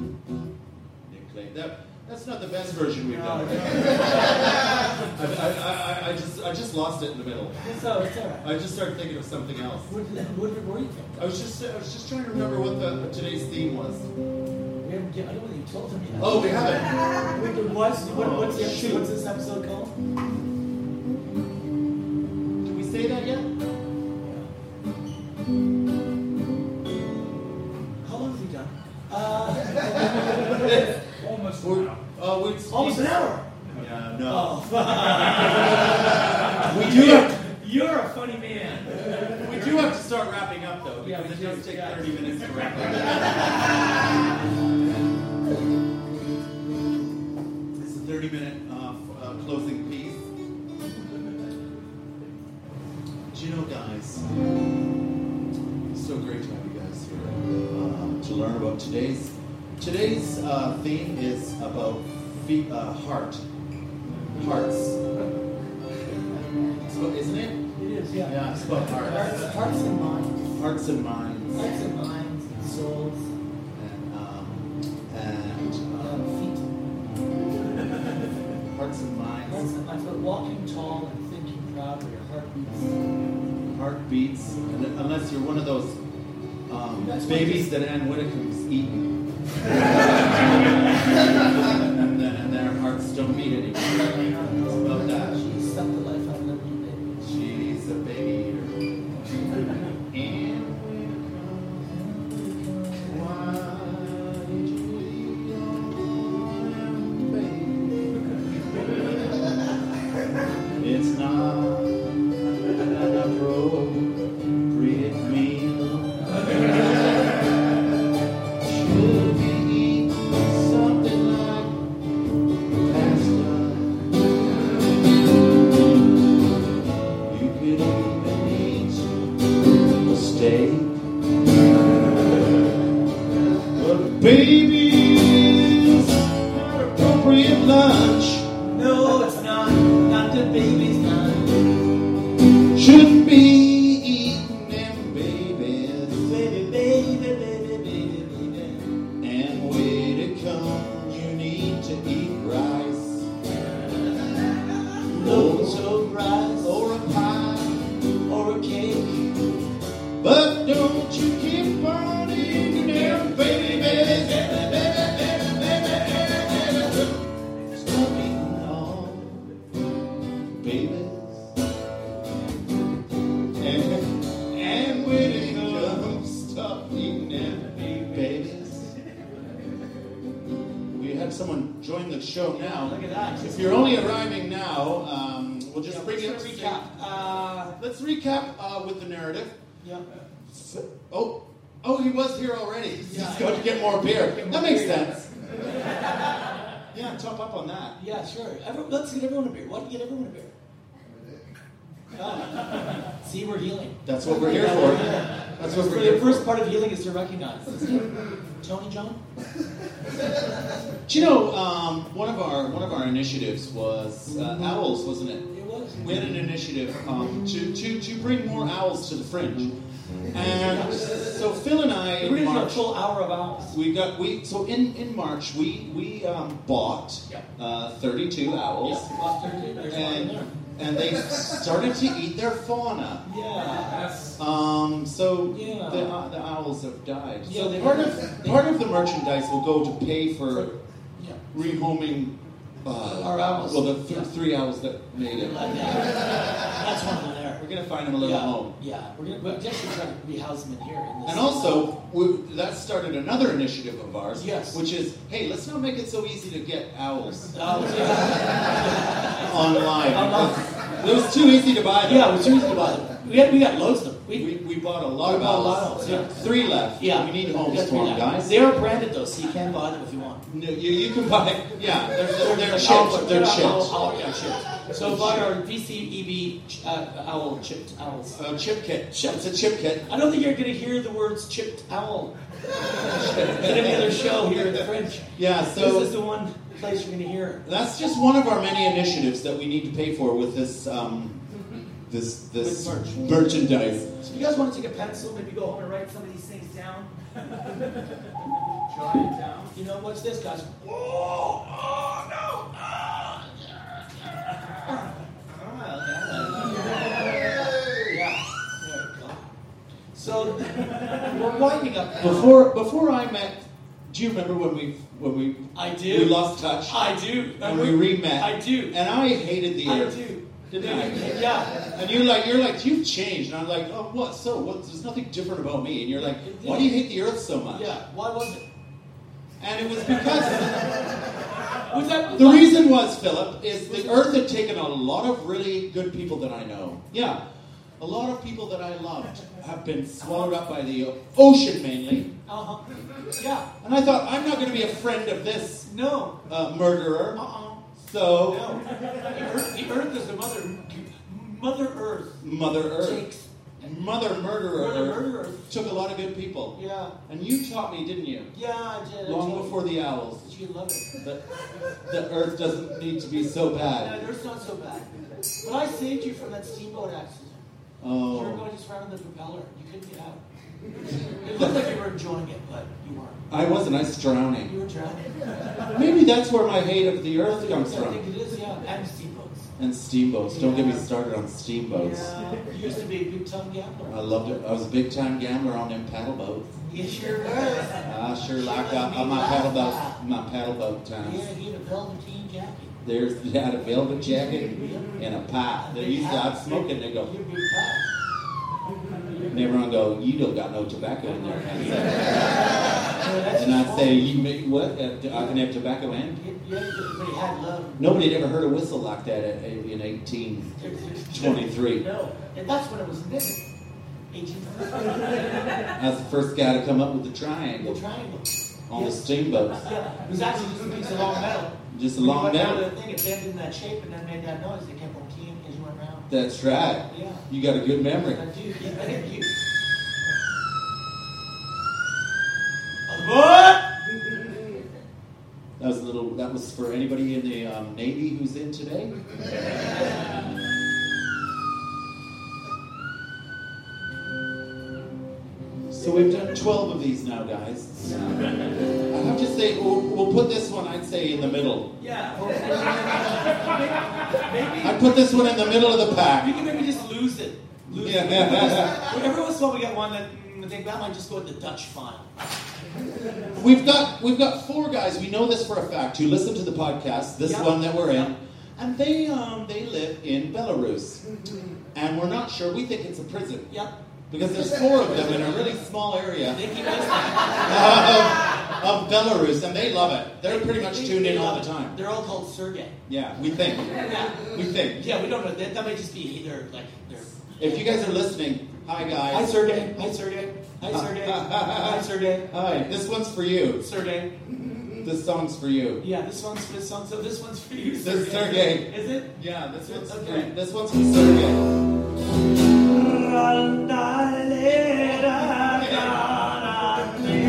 S3: Nick Clegg. That, that's not the best version we've done. *laughs* I, I, I, I, just, I just lost it in the middle.
S9: So, it's all right.
S3: I just started thinking of something else.
S9: What, what were you thinking?
S3: I was just I was just trying to remember what the today's theme was.
S9: We haven't given, I don't think you told me that.
S3: Oh, we haven't.
S9: Wait, what's, what, what's, the
S3: Oh,
S9: episode,
S3: shoot.
S9: what's this episode called?
S3: Did we say that yet?
S9: How long have we done? Uh,
S3: Almost. We're, uh, we're oh,
S9: almost an hour.
S3: Yeah, no.
S9: we
S3: do have-
S9: You're a funny man.
S3: We do have to start wrapping up though,
S9: Yeah,
S3: because
S9: we
S3: it
S9: do,
S3: does take
S9: yeah.
S3: 30 minutes to wrap up. it's a 30 minute uh, f- uh, closing piece. Do you know, guys? It's so great to have you guys here uh, to learn about today's today's uh, theme is about feet, uh, heart, hearts. *laughs* So, isn't it?
S9: It is, yeah.
S3: Yeah, it's about hearts.
S9: Hearts, hearts and minds.
S3: Hearts and minds.
S9: Hearts and minds and souls.
S3: and, um, and
S9: Uh,
S3: uh,
S9: feet.
S3: hearts and
S9: Hearts
S3: minds,
S9: and minds. But walking tall and thinking proud where your heart beats.
S3: heartbeats, and then- unless you're one of those um,
S9: That's
S3: babies that Ann Whittaker's eaten. *laughs* and, then, and their hearts don't beat anymore. It's about that.
S9: She sucked the life out of that little baby.
S3: She's a baby eater. Ann Whittaker, why did you leave your baby? It's not an appropriate meal. Should be eating something like pasta. You could even eat a steak. But babies, not appropriate lunch.
S9: No, it's not. Not the baby's not.
S3: Shouldn't be eating them babies
S9: Baby, baby, baby, baby, baby.
S3: and way to come you need to eat rice
S9: Loads of rice
S3: or a pie
S9: or a cake.
S3: but don't someone join the show now.
S4: Look at that.
S3: If you're only arriving now, um, we'll just bring
S9: let's
S3: up
S9: recap.
S3: some- let's recap uh, with the narrative.
S9: Yeah.
S3: So- oh, oh, he was here already. He's going to get more beer. that makes sense. *laughs* yeah, top up on that.
S9: Yeah, sure. Every, let's get everyone a beer. Why don't you get everyone
S3: *laughs*
S9: a beer? No. See, we're healing.
S3: That's what we're here *laughs* for. That's what we're
S9: For
S3: here
S9: the
S3: for.
S9: first part of healing is to recognize.
S3: *laughs*
S9: Tony John?
S3: Do you know um, one of our one of our initiatives was uh, owls, wasn't it?
S9: It was.
S3: We had an initiative um, to, to, to bring more owls to the fringe, and so Phil and I
S9: We're
S3: in
S9: going to do a
S3: March
S9: full hour of owls.
S3: we got we so in, in March we we um, bought
S9: Yeah.
S3: uh, thirty two
S9: Yeah,
S3: owls
S9: lost their- there's one in
S3: and
S9: there.
S3: and they started to eat their fauna.
S9: Yeah.
S3: Um, so
S9: Yeah.
S3: the, uh, the owls have died.
S9: Yeah,
S3: so
S9: they-
S3: part of
S9: they-
S3: part of the merchandise will go to pay for
S9: Yeah.
S3: rehoming. Uh,
S9: Our owls.
S3: Well, the th-
S9: Yeah.
S3: three owls that made it.
S9: Like that. That's one of them there.
S3: We're gonna find them a little
S9: yeah.
S3: home.
S9: Yeah. We're going to, we're actually trying to rehouse them in here. In this
S3: And
S9: *laughs*
S3: also, we, that started another initiative of ours.
S9: Yes.
S3: Which is, hey, let's not make it so easy to get
S9: *laughs*
S3: owls
S9: Owls, Oh, yeah.
S3: online.
S9: Online.
S3: it was too easy to buy them.
S9: Uh-huh. yeah, we're seriously about it. We got, we got loads of them. We,
S3: We, we bought a lot
S9: We
S3: of
S9: bought a
S3: owls.
S9: lot of owls, yeah.
S3: Three left.
S9: yeah.
S3: We need homes
S9: Yes,
S3: for
S9: we
S3: them,
S9: got-
S3: guys.
S9: They are branded though, so you can buy them if you
S3: *laughs*
S9: want.
S3: No, you, you can buy. Yeah, they're, they're, they're
S9: Owl-
S3: chipped. They're
S9: not
S3: chipped.
S9: owl- owl, Oh, yeah, chipped. So buy our VCEB E ch- uh, owl chipped owls.
S3: A Uh, chip kit. It's a chip kit.
S9: I don't think you're going to hear the words chipped owl in any other show here in the French.
S3: Yeah, so-
S9: This is the one place you're going to hear it.
S3: That's just one of our many initiatives that we need to pay for with this um, this this
S9: With merch.
S3: merchandise.
S9: So if you guys want to take a pencil, maybe go home and write some of these things down. *laughs* You know, what's this, guys? Whoa! Oh, no! Ah! Ah, yeah. Yeah. There we go. So, *laughs* we're winding up now.
S3: Before before I met, do you remember when we when we
S9: I do.
S3: we lost touch
S9: I do.
S3: and we re-met?
S9: I do.
S3: And I hated the
S9: I
S3: air.
S9: do.
S3: Didn't I?
S9: Yeah.
S3: And you're like you're like you've changed, and I'm like, oh what? So what? There's nothing different about me. And you're like, why do you hate the earth so much?
S9: Yeah. Why was it?
S3: And it was because
S9: Was that
S3: the reason was Philip is the earth had taken a lot of really good people that I know. Yeah, a lot of people that I loved have been swallowed up by the ocean mainly.
S9: Uh huh. Yeah.
S3: And I thought I'm not going to be a friend of this
S9: No.
S3: uh, murderer.
S9: Uh uh
S3: So
S9: No. The earth, the earth is the mother. Mother Earth.
S3: Mother Earth,
S9: Takes.
S3: Mother Murderer,
S9: Mother Murderer.
S3: Earth took a lot of good people.
S9: Yeah.
S3: And you taught me, didn't you?
S9: Yeah, I did. I
S3: Long
S9: told
S3: before the owls,
S9: you. You love it.
S3: that the Earth doesn't need to be so
S9: Yeah,
S3: bad.
S9: the Earth's not so bad. But I saved you from that steamboat accident. You were
S3: Oh,
S9: going just around the propeller. You couldn't get out. It looked like you were enjoying it, but you weren't.
S3: I wasn't. I was drowning.
S9: You were drowning.
S3: Maybe that's where my hate of the earth comes
S9: I
S3: from.
S9: think it is, yeah. And steamboats.
S3: And steamboats. Don't get me started on steamboats.
S9: Yeah. You used to be a big time gambler.
S3: I loved it. I was a big time gambler on them paddle boats.
S9: You sure was.
S3: I sure like that. On my paddle boat, my paddle boat times.
S9: Yeah, he had a velveteen jacket.
S3: There's they had a velvet jacket and a pipe. They used to I'd smoke it. They go.
S9: You'd be fat.
S3: And everyone go. You don't got no tobacco in there. And I'd
S9: Yeah,
S3: say,
S9: that's
S3: and I'd
S9: his
S3: say
S9: fault.
S3: you make what? Uh, I can have tobacco and.
S9: Yeah, yeah, but he had love.
S3: Nobody had ever heard a whistle like that at, in 1823.
S9: No, and that's when it was new. Agent
S3: I was the first guy to come up with the triangle
S9: Triangle.
S3: on the steamboats.
S9: Yeah, it was actually just a piece of long metal.
S3: Just a
S9: When you
S3: long
S9: went down
S3: metal.
S9: to the thing, it bent in that shape and then made that noise. It kept on keying as you went around.
S3: That's right.
S9: Yeah.
S3: You got a good memory.
S9: But dude, yeah, thank you.
S3: That was a little. That was for anybody in the um, Navy who's in today. so we've done twelve of these now, guys. I have to say, we'll, we'll put this one. I'd say in the middle.
S9: Maybe
S3: I'd put this one in the middle of the
S9: we
S3: pack.
S9: can maybe just lose it. Lose
S3: Yeah,
S9: it. *laughs*
S3: yeah, yeah.
S9: Well, Every once in a while we got one that mm, I think that might just go in the Dutch file.
S3: We've got we've got four guys. We know this for a fact. Who listen to the podcast? This
S9: Yeah.
S3: one that we're in, and they um, they live in Belarus, and we're not sure. We think it's a prison.
S9: Yep.
S3: Because there's four of them in a really small area.
S9: They keep listening.
S3: Um, of Belarus, and they love it. They're pretty much
S9: They-
S3: tuned
S9: they
S3: in all
S9: love
S3: the
S9: it.
S3: time.
S9: They're all called Sergey.
S3: Yeah, we think. We think.
S9: Yeah, we don't know. That, that might just be either like they're.
S3: If you guys are listening, hi
S9: Hi
S3: guys.
S9: Sergey. Hi Sergey. Hi *laughs* Sergey. Hi Sergey.
S3: Hi. This one's for you.
S9: Sergey.
S3: This song's for you.
S9: Yeah, this one's this song. So this one's for you.
S3: This is Sergey.
S9: Is it?
S3: Yeah, this one's
S9: Okay.
S3: for this one's for Sergey.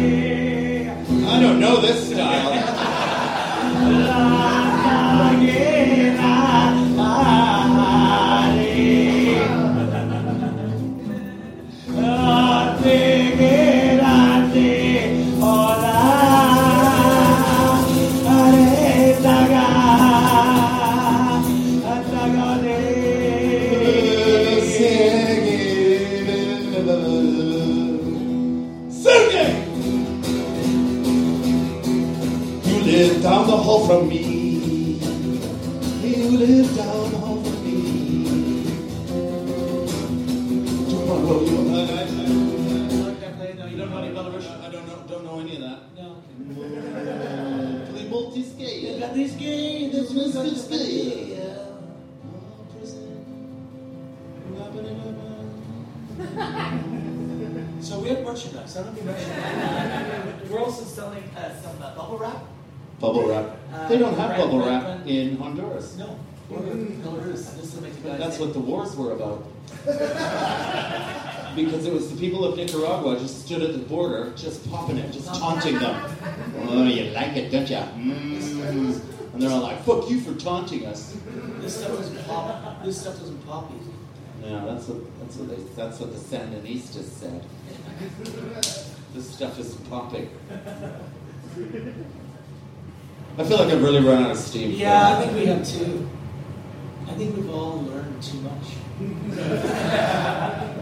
S3: I don't know this style. Sergey! You live down the hall from me. You live down the hall from me. Tomorrow you
S9: You don't know any Belarusian.
S3: I don't know, don't know any of that.
S9: No. So we have merchandise. I don't think merchandise. We're also selling uh, some uh, bubble wrap.
S3: Bubble wrap.
S9: Uh,
S3: They don't have
S9: red-
S3: bubble
S9: red
S3: wrap
S9: one.
S3: in Honduras.
S9: No. We're in Belarus. This will make you guys.
S3: That's what the wars were about. *laughs* because it was the people of Nicaragua just stood at the border, just popping it, just taunting them. Oh, you like it, don't ya? Mm. And they're all like, fuck you for taunting us.
S9: This stuff doesn't pop. This stuff doesn't pop easy.
S3: No, that's what that's what they that's what the Sandinistas said. this stuff is popping. I feel like I've really run out of steam.
S9: Yeah, I think we have too. I think we've all learned too *laughs* much.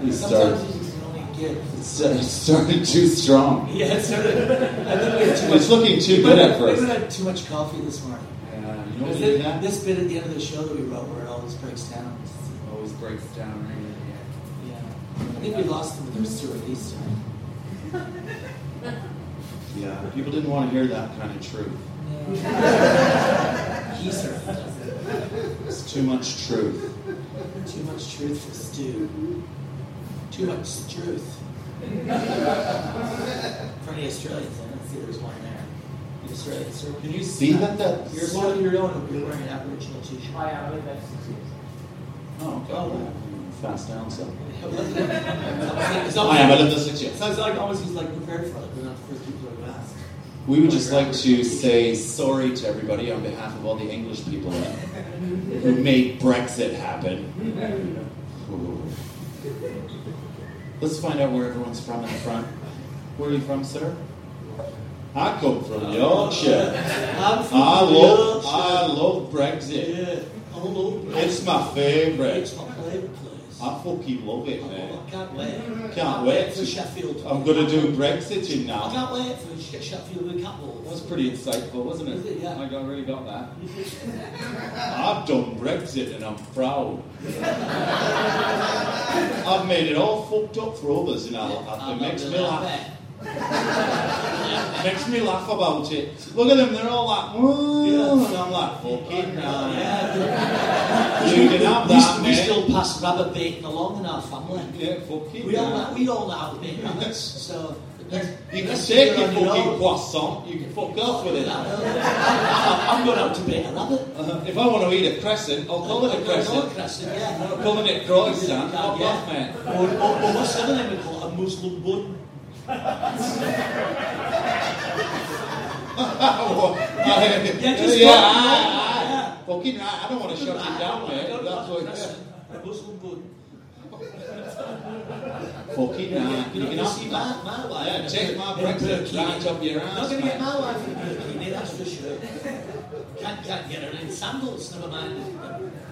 S3: We
S9: Sometimes
S3: started,
S9: you just can only give.
S3: st- started too strong.
S9: Yeah, it's sort of. I
S3: *laughs*
S9: think we had too much.
S3: It's looking too
S9: we
S3: good at
S9: we
S3: first.
S9: had too much coffee this morning.
S3: Yeah, you know
S9: Is
S3: what
S9: it-
S3: you have?
S9: this bit at the end of the show that we wrote where it always breaks down.
S3: always breaks down right in
S9: Yeah. I think we lost them with their sewer these time.
S3: the end. Yeah, people didn't want to hear that kind of truth.
S9: He certainly doesn't.
S3: It's too much truth.
S9: Too much truth for stew. Too much truth. for any Australians, I don't see there's one there. The Australians, sir.
S3: Can you see that? That
S9: You're one of your own if you're wearing an Aboriginal t shirt. *laughs* I am.
S3: Oh, God. Fast down, so. I
S9: I
S3: am. I live this six years.
S9: So it's like almost he's like prepared for it. We're not the first people to ask.
S3: We would just like to say sorry to everybody on behalf of all the English people who made Brexit happen. Let's find out where everyone's from in the front. Where are you from, sir? I come from Yorkshire.
S9: I'm from
S3: I love, I
S9: Yorkshire.
S3: love Brexit.
S9: Yeah, I love
S3: It's
S9: Brexit.
S3: my favourite.
S9: It's my favourite place.
S3: I fucking love it, man.
S9: I can't wait.
S3: Can't wait.
S9: for Sheffield.
S3: I'm gonna do Brexit in
S9: I
S3: now.
S9: can't wait for She- Sheffield and Catwalls.
S3: That was pretty insightful, wasn't
S9: Was
S3: it?
S9: it? Yeah.
S3: I got, really got that. I've done Brexit and I'm proud. I've made it all fucked up for others and I, I, it
S9: I'm
S3: makes
S9: not
S3: me
S9: doing
S3: laugh.
S9: that.
S3: Makes me laugh about it. Look at them, they're all like, "Oh," and I'm like, fucking no. You can have
S9: uh, We-
S3: that,
S9: we,
S3: mate.
S9: still pass rabbit baiting along in our family.
S3: yeah, fucking
S9: We all
S3: no.
S9: know, we all know how to make rabbits, so
S3: You can
S9: unless
S3: take
S9: you're
S3: your
S9: on
S3: fucking
S9: own-
S3: croissant, you can fuck off with it.
S9: *laughs* I'm going out to bait a rabbit.
S3: Uh, if I want to eat a crescent, I'll call it a
S9: No,
S3: crescent.
S9: crescent, yeah. no.
S3: Calling it croissant, fuck
S9: Yeah.
S3: off, mate.
S9: Or, or, or what's the other name we call it? A Muslim bun.
S3: yeah,
S9: just
S3: yeah,
S9: go-
S3: I, I, fucking right. I don't want to shut you down, mate.
S9: Don't
S3: That's
S9: call it
S3: what.
S9: crescent. A Muslim bun.
S3: Fucking right. You can ask
S9: see
S3: me
S9: my,
S3: that.
S9: my wife.
S3: Yeah, take my
S9: in
S3: Brexit
S9: Burkini.
S3: right up your
S9: I'm not
S3: ass.
S9: going to get
S3: mate.
S9: my wife in bikini, that's for sure. Can't, can't get her in sandals, never mind.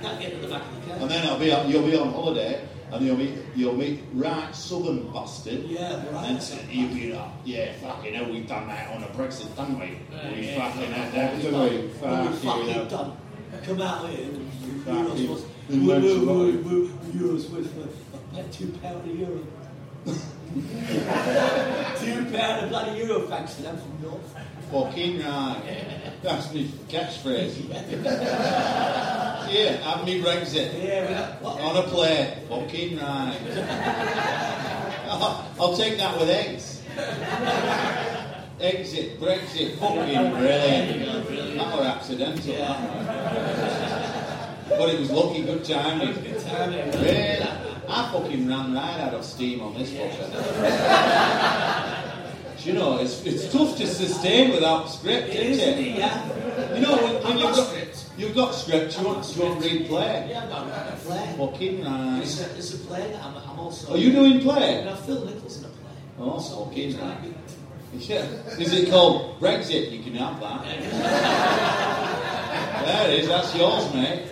S9: Can't get her in the back of the
S3: And
S9: car.
S3: then I'll be on, you'll be on holiday, and you'll meet you'll meet right southern bastard.
S9: Yeah,
S3: And
S9: right.
S3: so you'll be like, yeah, fucking hell, we've done that on a Brexit, didn't we? we fucking had that, didn't
S9: Well,
S3: we?
S9: well, we
S3: Fucking
S9: fucking
S3: hell.
S9: done. Come out here. You-
S3: Fucking
S9: Euros was
S3: immense
S9: we- we-
S3: money. *laughs*
S9: we- we- Euros was for like two pound a euro. Two pound of bloody Eurofax, and I'm from North.
S3: Fucking right. That's my catchphrase. yeah, have me Brexit.
S9: Yeah, we got what?
S3: On a plate. Fucking right. I'll, I'll take that with eggs. Exit, Brexit, fucking brilliant. That were accidental, that were. But it was lucky, good timing. Really, I fucking ran right out of steam on this *laughs* fucker. Do you know, it's, it's tough to sustain without script,
S9: It
S3: isn't
S9: is
S3: it?
S9: indeed, yeah.
S3: You know, when, when
S9: I've
S3: you've
S9: got
S3: got
S9: script.
S3: you've got script, you want you want read play.
S9: Yeah, I've got a play.
S3: Fucking
S9: It's
S3: right.
S9: a, it's a play that I'm, I'm also.
S3: Are you doing
S9: And
S3: play?
S9: I Phil Nichols in a play.
S3: Oh, that's fucking right. Yeah. Is it called Brexit? You can have that. there it is. That's yours, mate.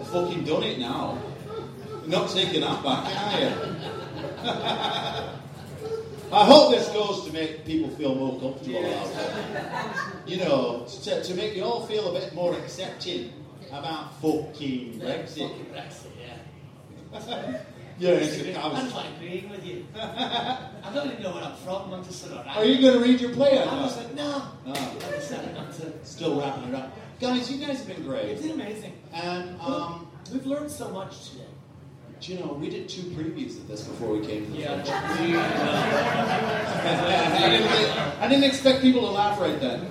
S3: I've fucking done it now. You're not taking that back, are you? *laughs* I hope this goes to make people feel more comfortable about it. You know, to, to make you all feel a bit more accepting about fucking Brexit.
S9: Fucking Brexit, yeah.
S3: Yeah, it's, I
S9: I'm
S3: was,
S9: not agreeing with you. *laughs* I don't even know where I'm from. I'm just sort of.
S3: are you going to read your play out?
S9: I was like, no.
S3: Oh.
S9: I decided not to.
S3: Still wrapping it up. Guys, you guys have been
S9: It's
S3: great.
S9: been amazing.
S3: And, um,
S9: We've learned so much today.
S3: do you know, we did two previews of this before we came to the
S9: Yeah.
S3: function. *laughs* I, didn't, think- I didn't expect people to laugh right then.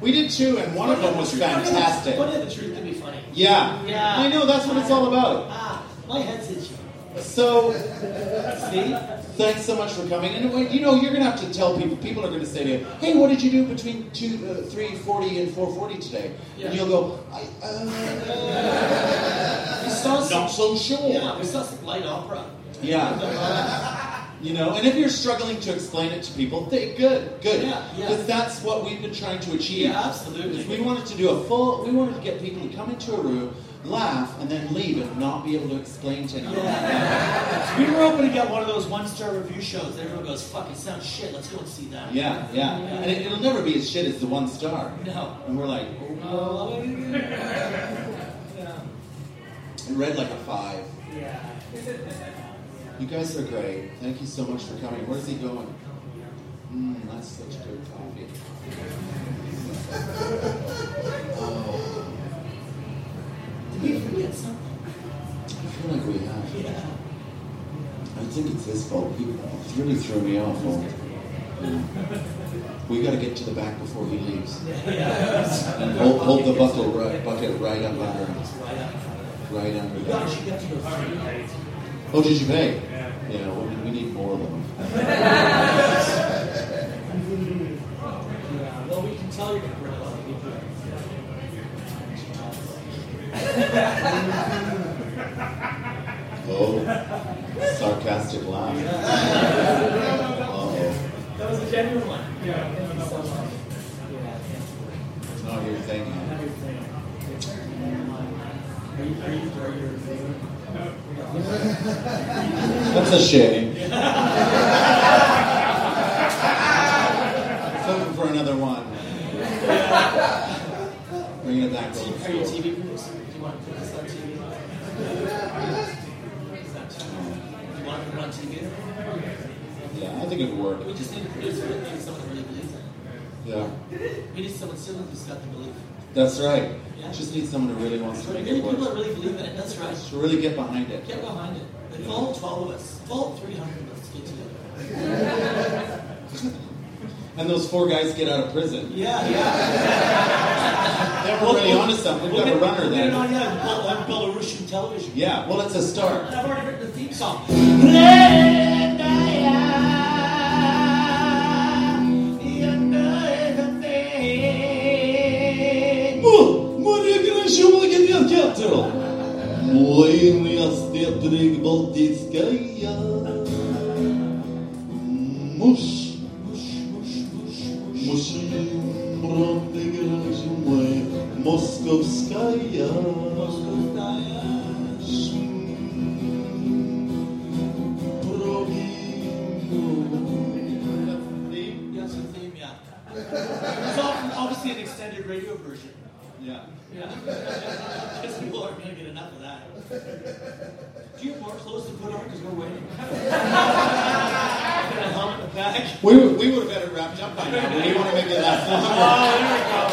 S3: We did two, and one of them was fantastic.
S9: One of the truth can be funny.
S3: Yeah.
S9: Yeah.
S3: I know, that's what it's all about.
S9: Ah, my head's itching.
S3: So,
S9: See?
S3: thanks so much for coming. And, wait, you know, you're going to have to tell people, people are going to say to you, hey, what did you do between two, uh, 3.40 and 4.40 today?
S9: Yeah.
S3: And you'll go, I,
S9: *laughs*
S3: uh,
S9: We saw some.
S3: not so sure.
S9: Yeah, we saw some light opera.
S3: Yeah. You know, and if you're struggling to explain it to people, they good, good.
S9: Yeah, yeah.
S3: Because that's what we've been trying to achieve.
S9: Yeah, absolutely.
S3: Is we wanted to do a full we wanted to get people to come into a room, laugh, and then leave and not be able to explain to anyone.
S9: We were hoping to get one of those one-star review shows. that Everyone goes, "Fuck, it sounds shit. Let's go and see that."
S3: Yeah, yeah. And it, it'll never be as shit as the one star.
S9: No.
S3: And we're like,
S9: Oh,
S3: it read like a five.
S9: yeah.
S3: You guys are great. Thank you so much for coming. Where's he going? Mmm, that's such good coffee.
S9: *laughs* Did we forget something?
S3: I feel like we have. I think it's his fault. He really threw me off. on- We got to get to the back before he leaves. And hold, hold the buckle right, bucket right up under him. Right under there.
S9: God, she got to go.
S3: Oh, did you pay? Yeah, well, we- we need more of them.
S9: Well, we can tell you're gonna bring a lot of people.
S3: Oh, sarcastic laugh. Uh-oh.
S9: That was a genuine one. Yeah.
S3: It's not your thing. huh?
S9: Are you, are you, are you,
S3: That's a shame. Looking for another one. Bring it back.
S9: are you a TV producer? Do you want to put this on
S3: *laughs*
S9: TV? Is that TV? Do you want to put it on TV?
S3: Yeah, I think it'd work.
S9: We just need a producer. We need someone who really believes in
S3: Yeah,
S9: it. We need someone similar who's got the belief.
S3: that's right.
S9: Yeah.
S3: Just need someone who really wants to
S9: Really,
S3: make it
S9: people that
S3: work.
S9: really believe in it. That's right.
S3: To really get behind it.
S9: Get behind it. It's all 12 of us. It's all 300 of us get together.
S3: And those four guys get out of prison.
S9: Yeah, yeah.
S3: They were really onto something. We've got a runner
S9: We're
S3: there.
S9: not yet on Belarusian television.
S3: Yeah, well, it's a start.
S9: And I've already written the theme song.
S3: О, Мария Грачева, легендарный театр! Мой университет Балтийская. Муж, муж, муж, муж, муж. Мужчина, правда, Грачева, мой московская. Прогиб.
S9: That's the theme, yeah. It's all- obviously an extended radio version.
S11: Yeah.
S4: Because people aren't going to get enough of that. Do you have more clothes to put on because we're waiting? *laughs* Get a helmet in the back.
S3: We would, we would have better wrapped up by now, but we want to make it last longer.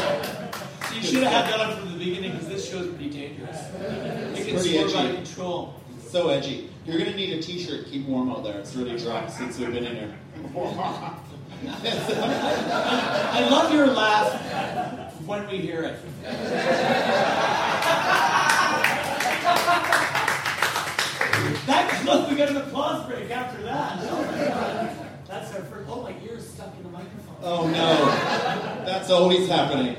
S4: Oh, there we go. You should have had that on from the beginning because this show's pretty dangerous. It gets
S3: pretty
S4: more out
S3: edgy.
S4: of control.
S3: So edgy. You're gonna need a t-shirt. Keep warm out there. It's really dry since we've been in here.
S4: I love your laugh when we hear it. that look, we got an applause break after that. That's our first. Oh, my ear's stuck in the microphone.
S3: Oh no, that's always happening.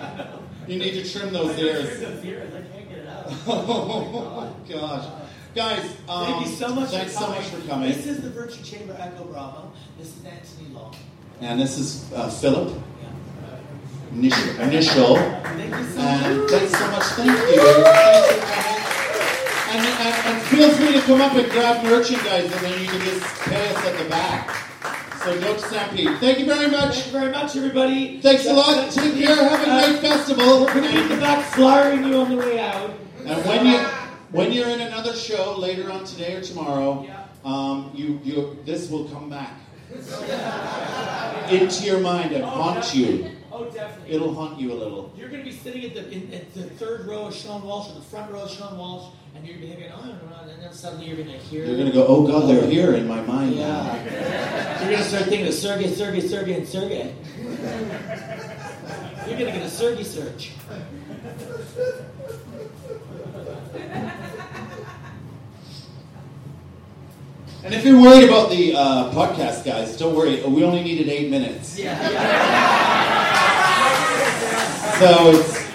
S3: You need to trim those
S4: Here's
S3: ears.
S4: the ears. I can't get it out.
S3: Oh gosh, guys. Um,
S4: Thank you so much.
S3: Thanks
S4: for
S3: so
S4: coming.
S3: much for coming.
S4: This is the Virtue Chamber Echo Bravo. This is Anthony Long.
S3: And this is uh, Philip.
S4: Yeah.
S3: Initial. Initial.
S4: Thank you so much.
S3: And thanks so much. Thank you. Thanks for coming. And, and, and feel free to come up and grab merchandise, and then you can just pay us at the back. So go to Stampede. Thank you very
S4: Thank
S3: much.
S4: you very much, everybody.
S3: Thanks a lot. Take care. Have a
S4: Uh,
S3: great festival.
S4: We're gonna be in the back flowering you on the way out.
S3: And when you when you're in another show later on today or tomorrow,
S4: Yeah.
S3: um, you you this will come back into your mind and haunt you.
S4: Oh, definitely.
S3: It'll haunt you a little.
S4: You're gonna be sitting at the in, at the third row of Sean Walsh or the front row of Sean Walsh, and you're gonna be thinking, oh, I don't know, and then suddenly you're gonna hear.
S3: You're gonna go, oh God, they're here in my mind. now."
S4: Yeah. You're gonna start thinking of Sergey, Sergey, Sergey, and Sergey. You're gonna get a Sergey search.
S3: And if you're worried about the uh, podcast, guys, don't worry. We only needed eight minutes. Yeah. *laughs* so it's,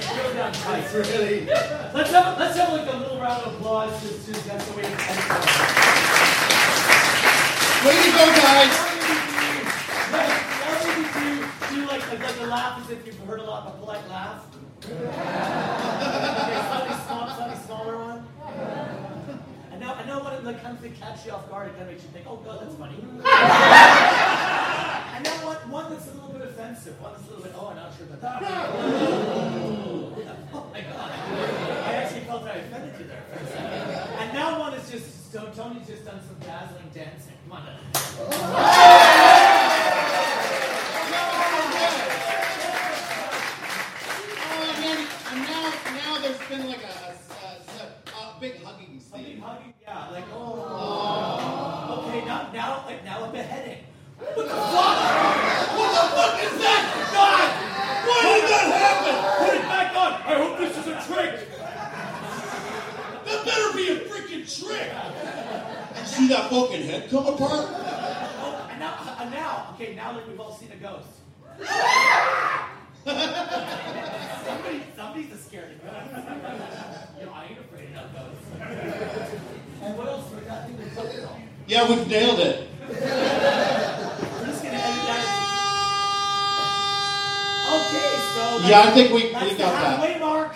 S4: Let's have let's have like a little round of applause to Susan. That's the way to end it.
S3: way to go, guys.
S4: Do you like, like, like the laugh as if you've heard a lot of a polite laugh? okay, slightly smaller, slightly smaller one. I know, I know when it like, comes to catch you off guard, it kind of makes you think, oh god, that's funny. I know one, one that's a little bit offensive, one that's a little bit, oh, I'm not sure about that. oh my god. I actually felt that I offended you there for a second. And now one is just, so Tony's just done some dazzling dancing. Come on now.
S3: Oh, and, then, and now, now there's been like a, a, a, a big hugging
S4: I'll be
S3: scene.
S4: hugging, yeah, like, oh. Okay, now, now, like, now a beheading. What the fuck? What the fuck is that? God! Why did that happen? Put it back on! I hope this is a trick!
S3: That better be a freaking trick. Did you see that fucking head come apart?
S4: Oh, and now, and now, okay, now like we've all seen a ghost. Somebody, somebody's a scared of ghosts. You know, I ain't afraid of ghosts. And what else? We got thing to put it on.
S3: Yeah, we've nailed it.
S4: We're just gonna edit that. Okay, so that's-
S3: Yeah, I think we, we
S4: that's the
S3: got that.
S4: halfway mark.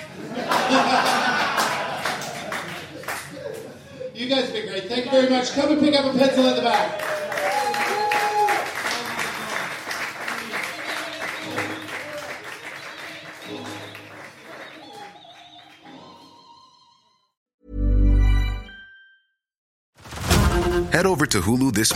S3: You guys have been great. Thank you very much. Come and pick up a pencil at the back.
S12: Head over to Hulu this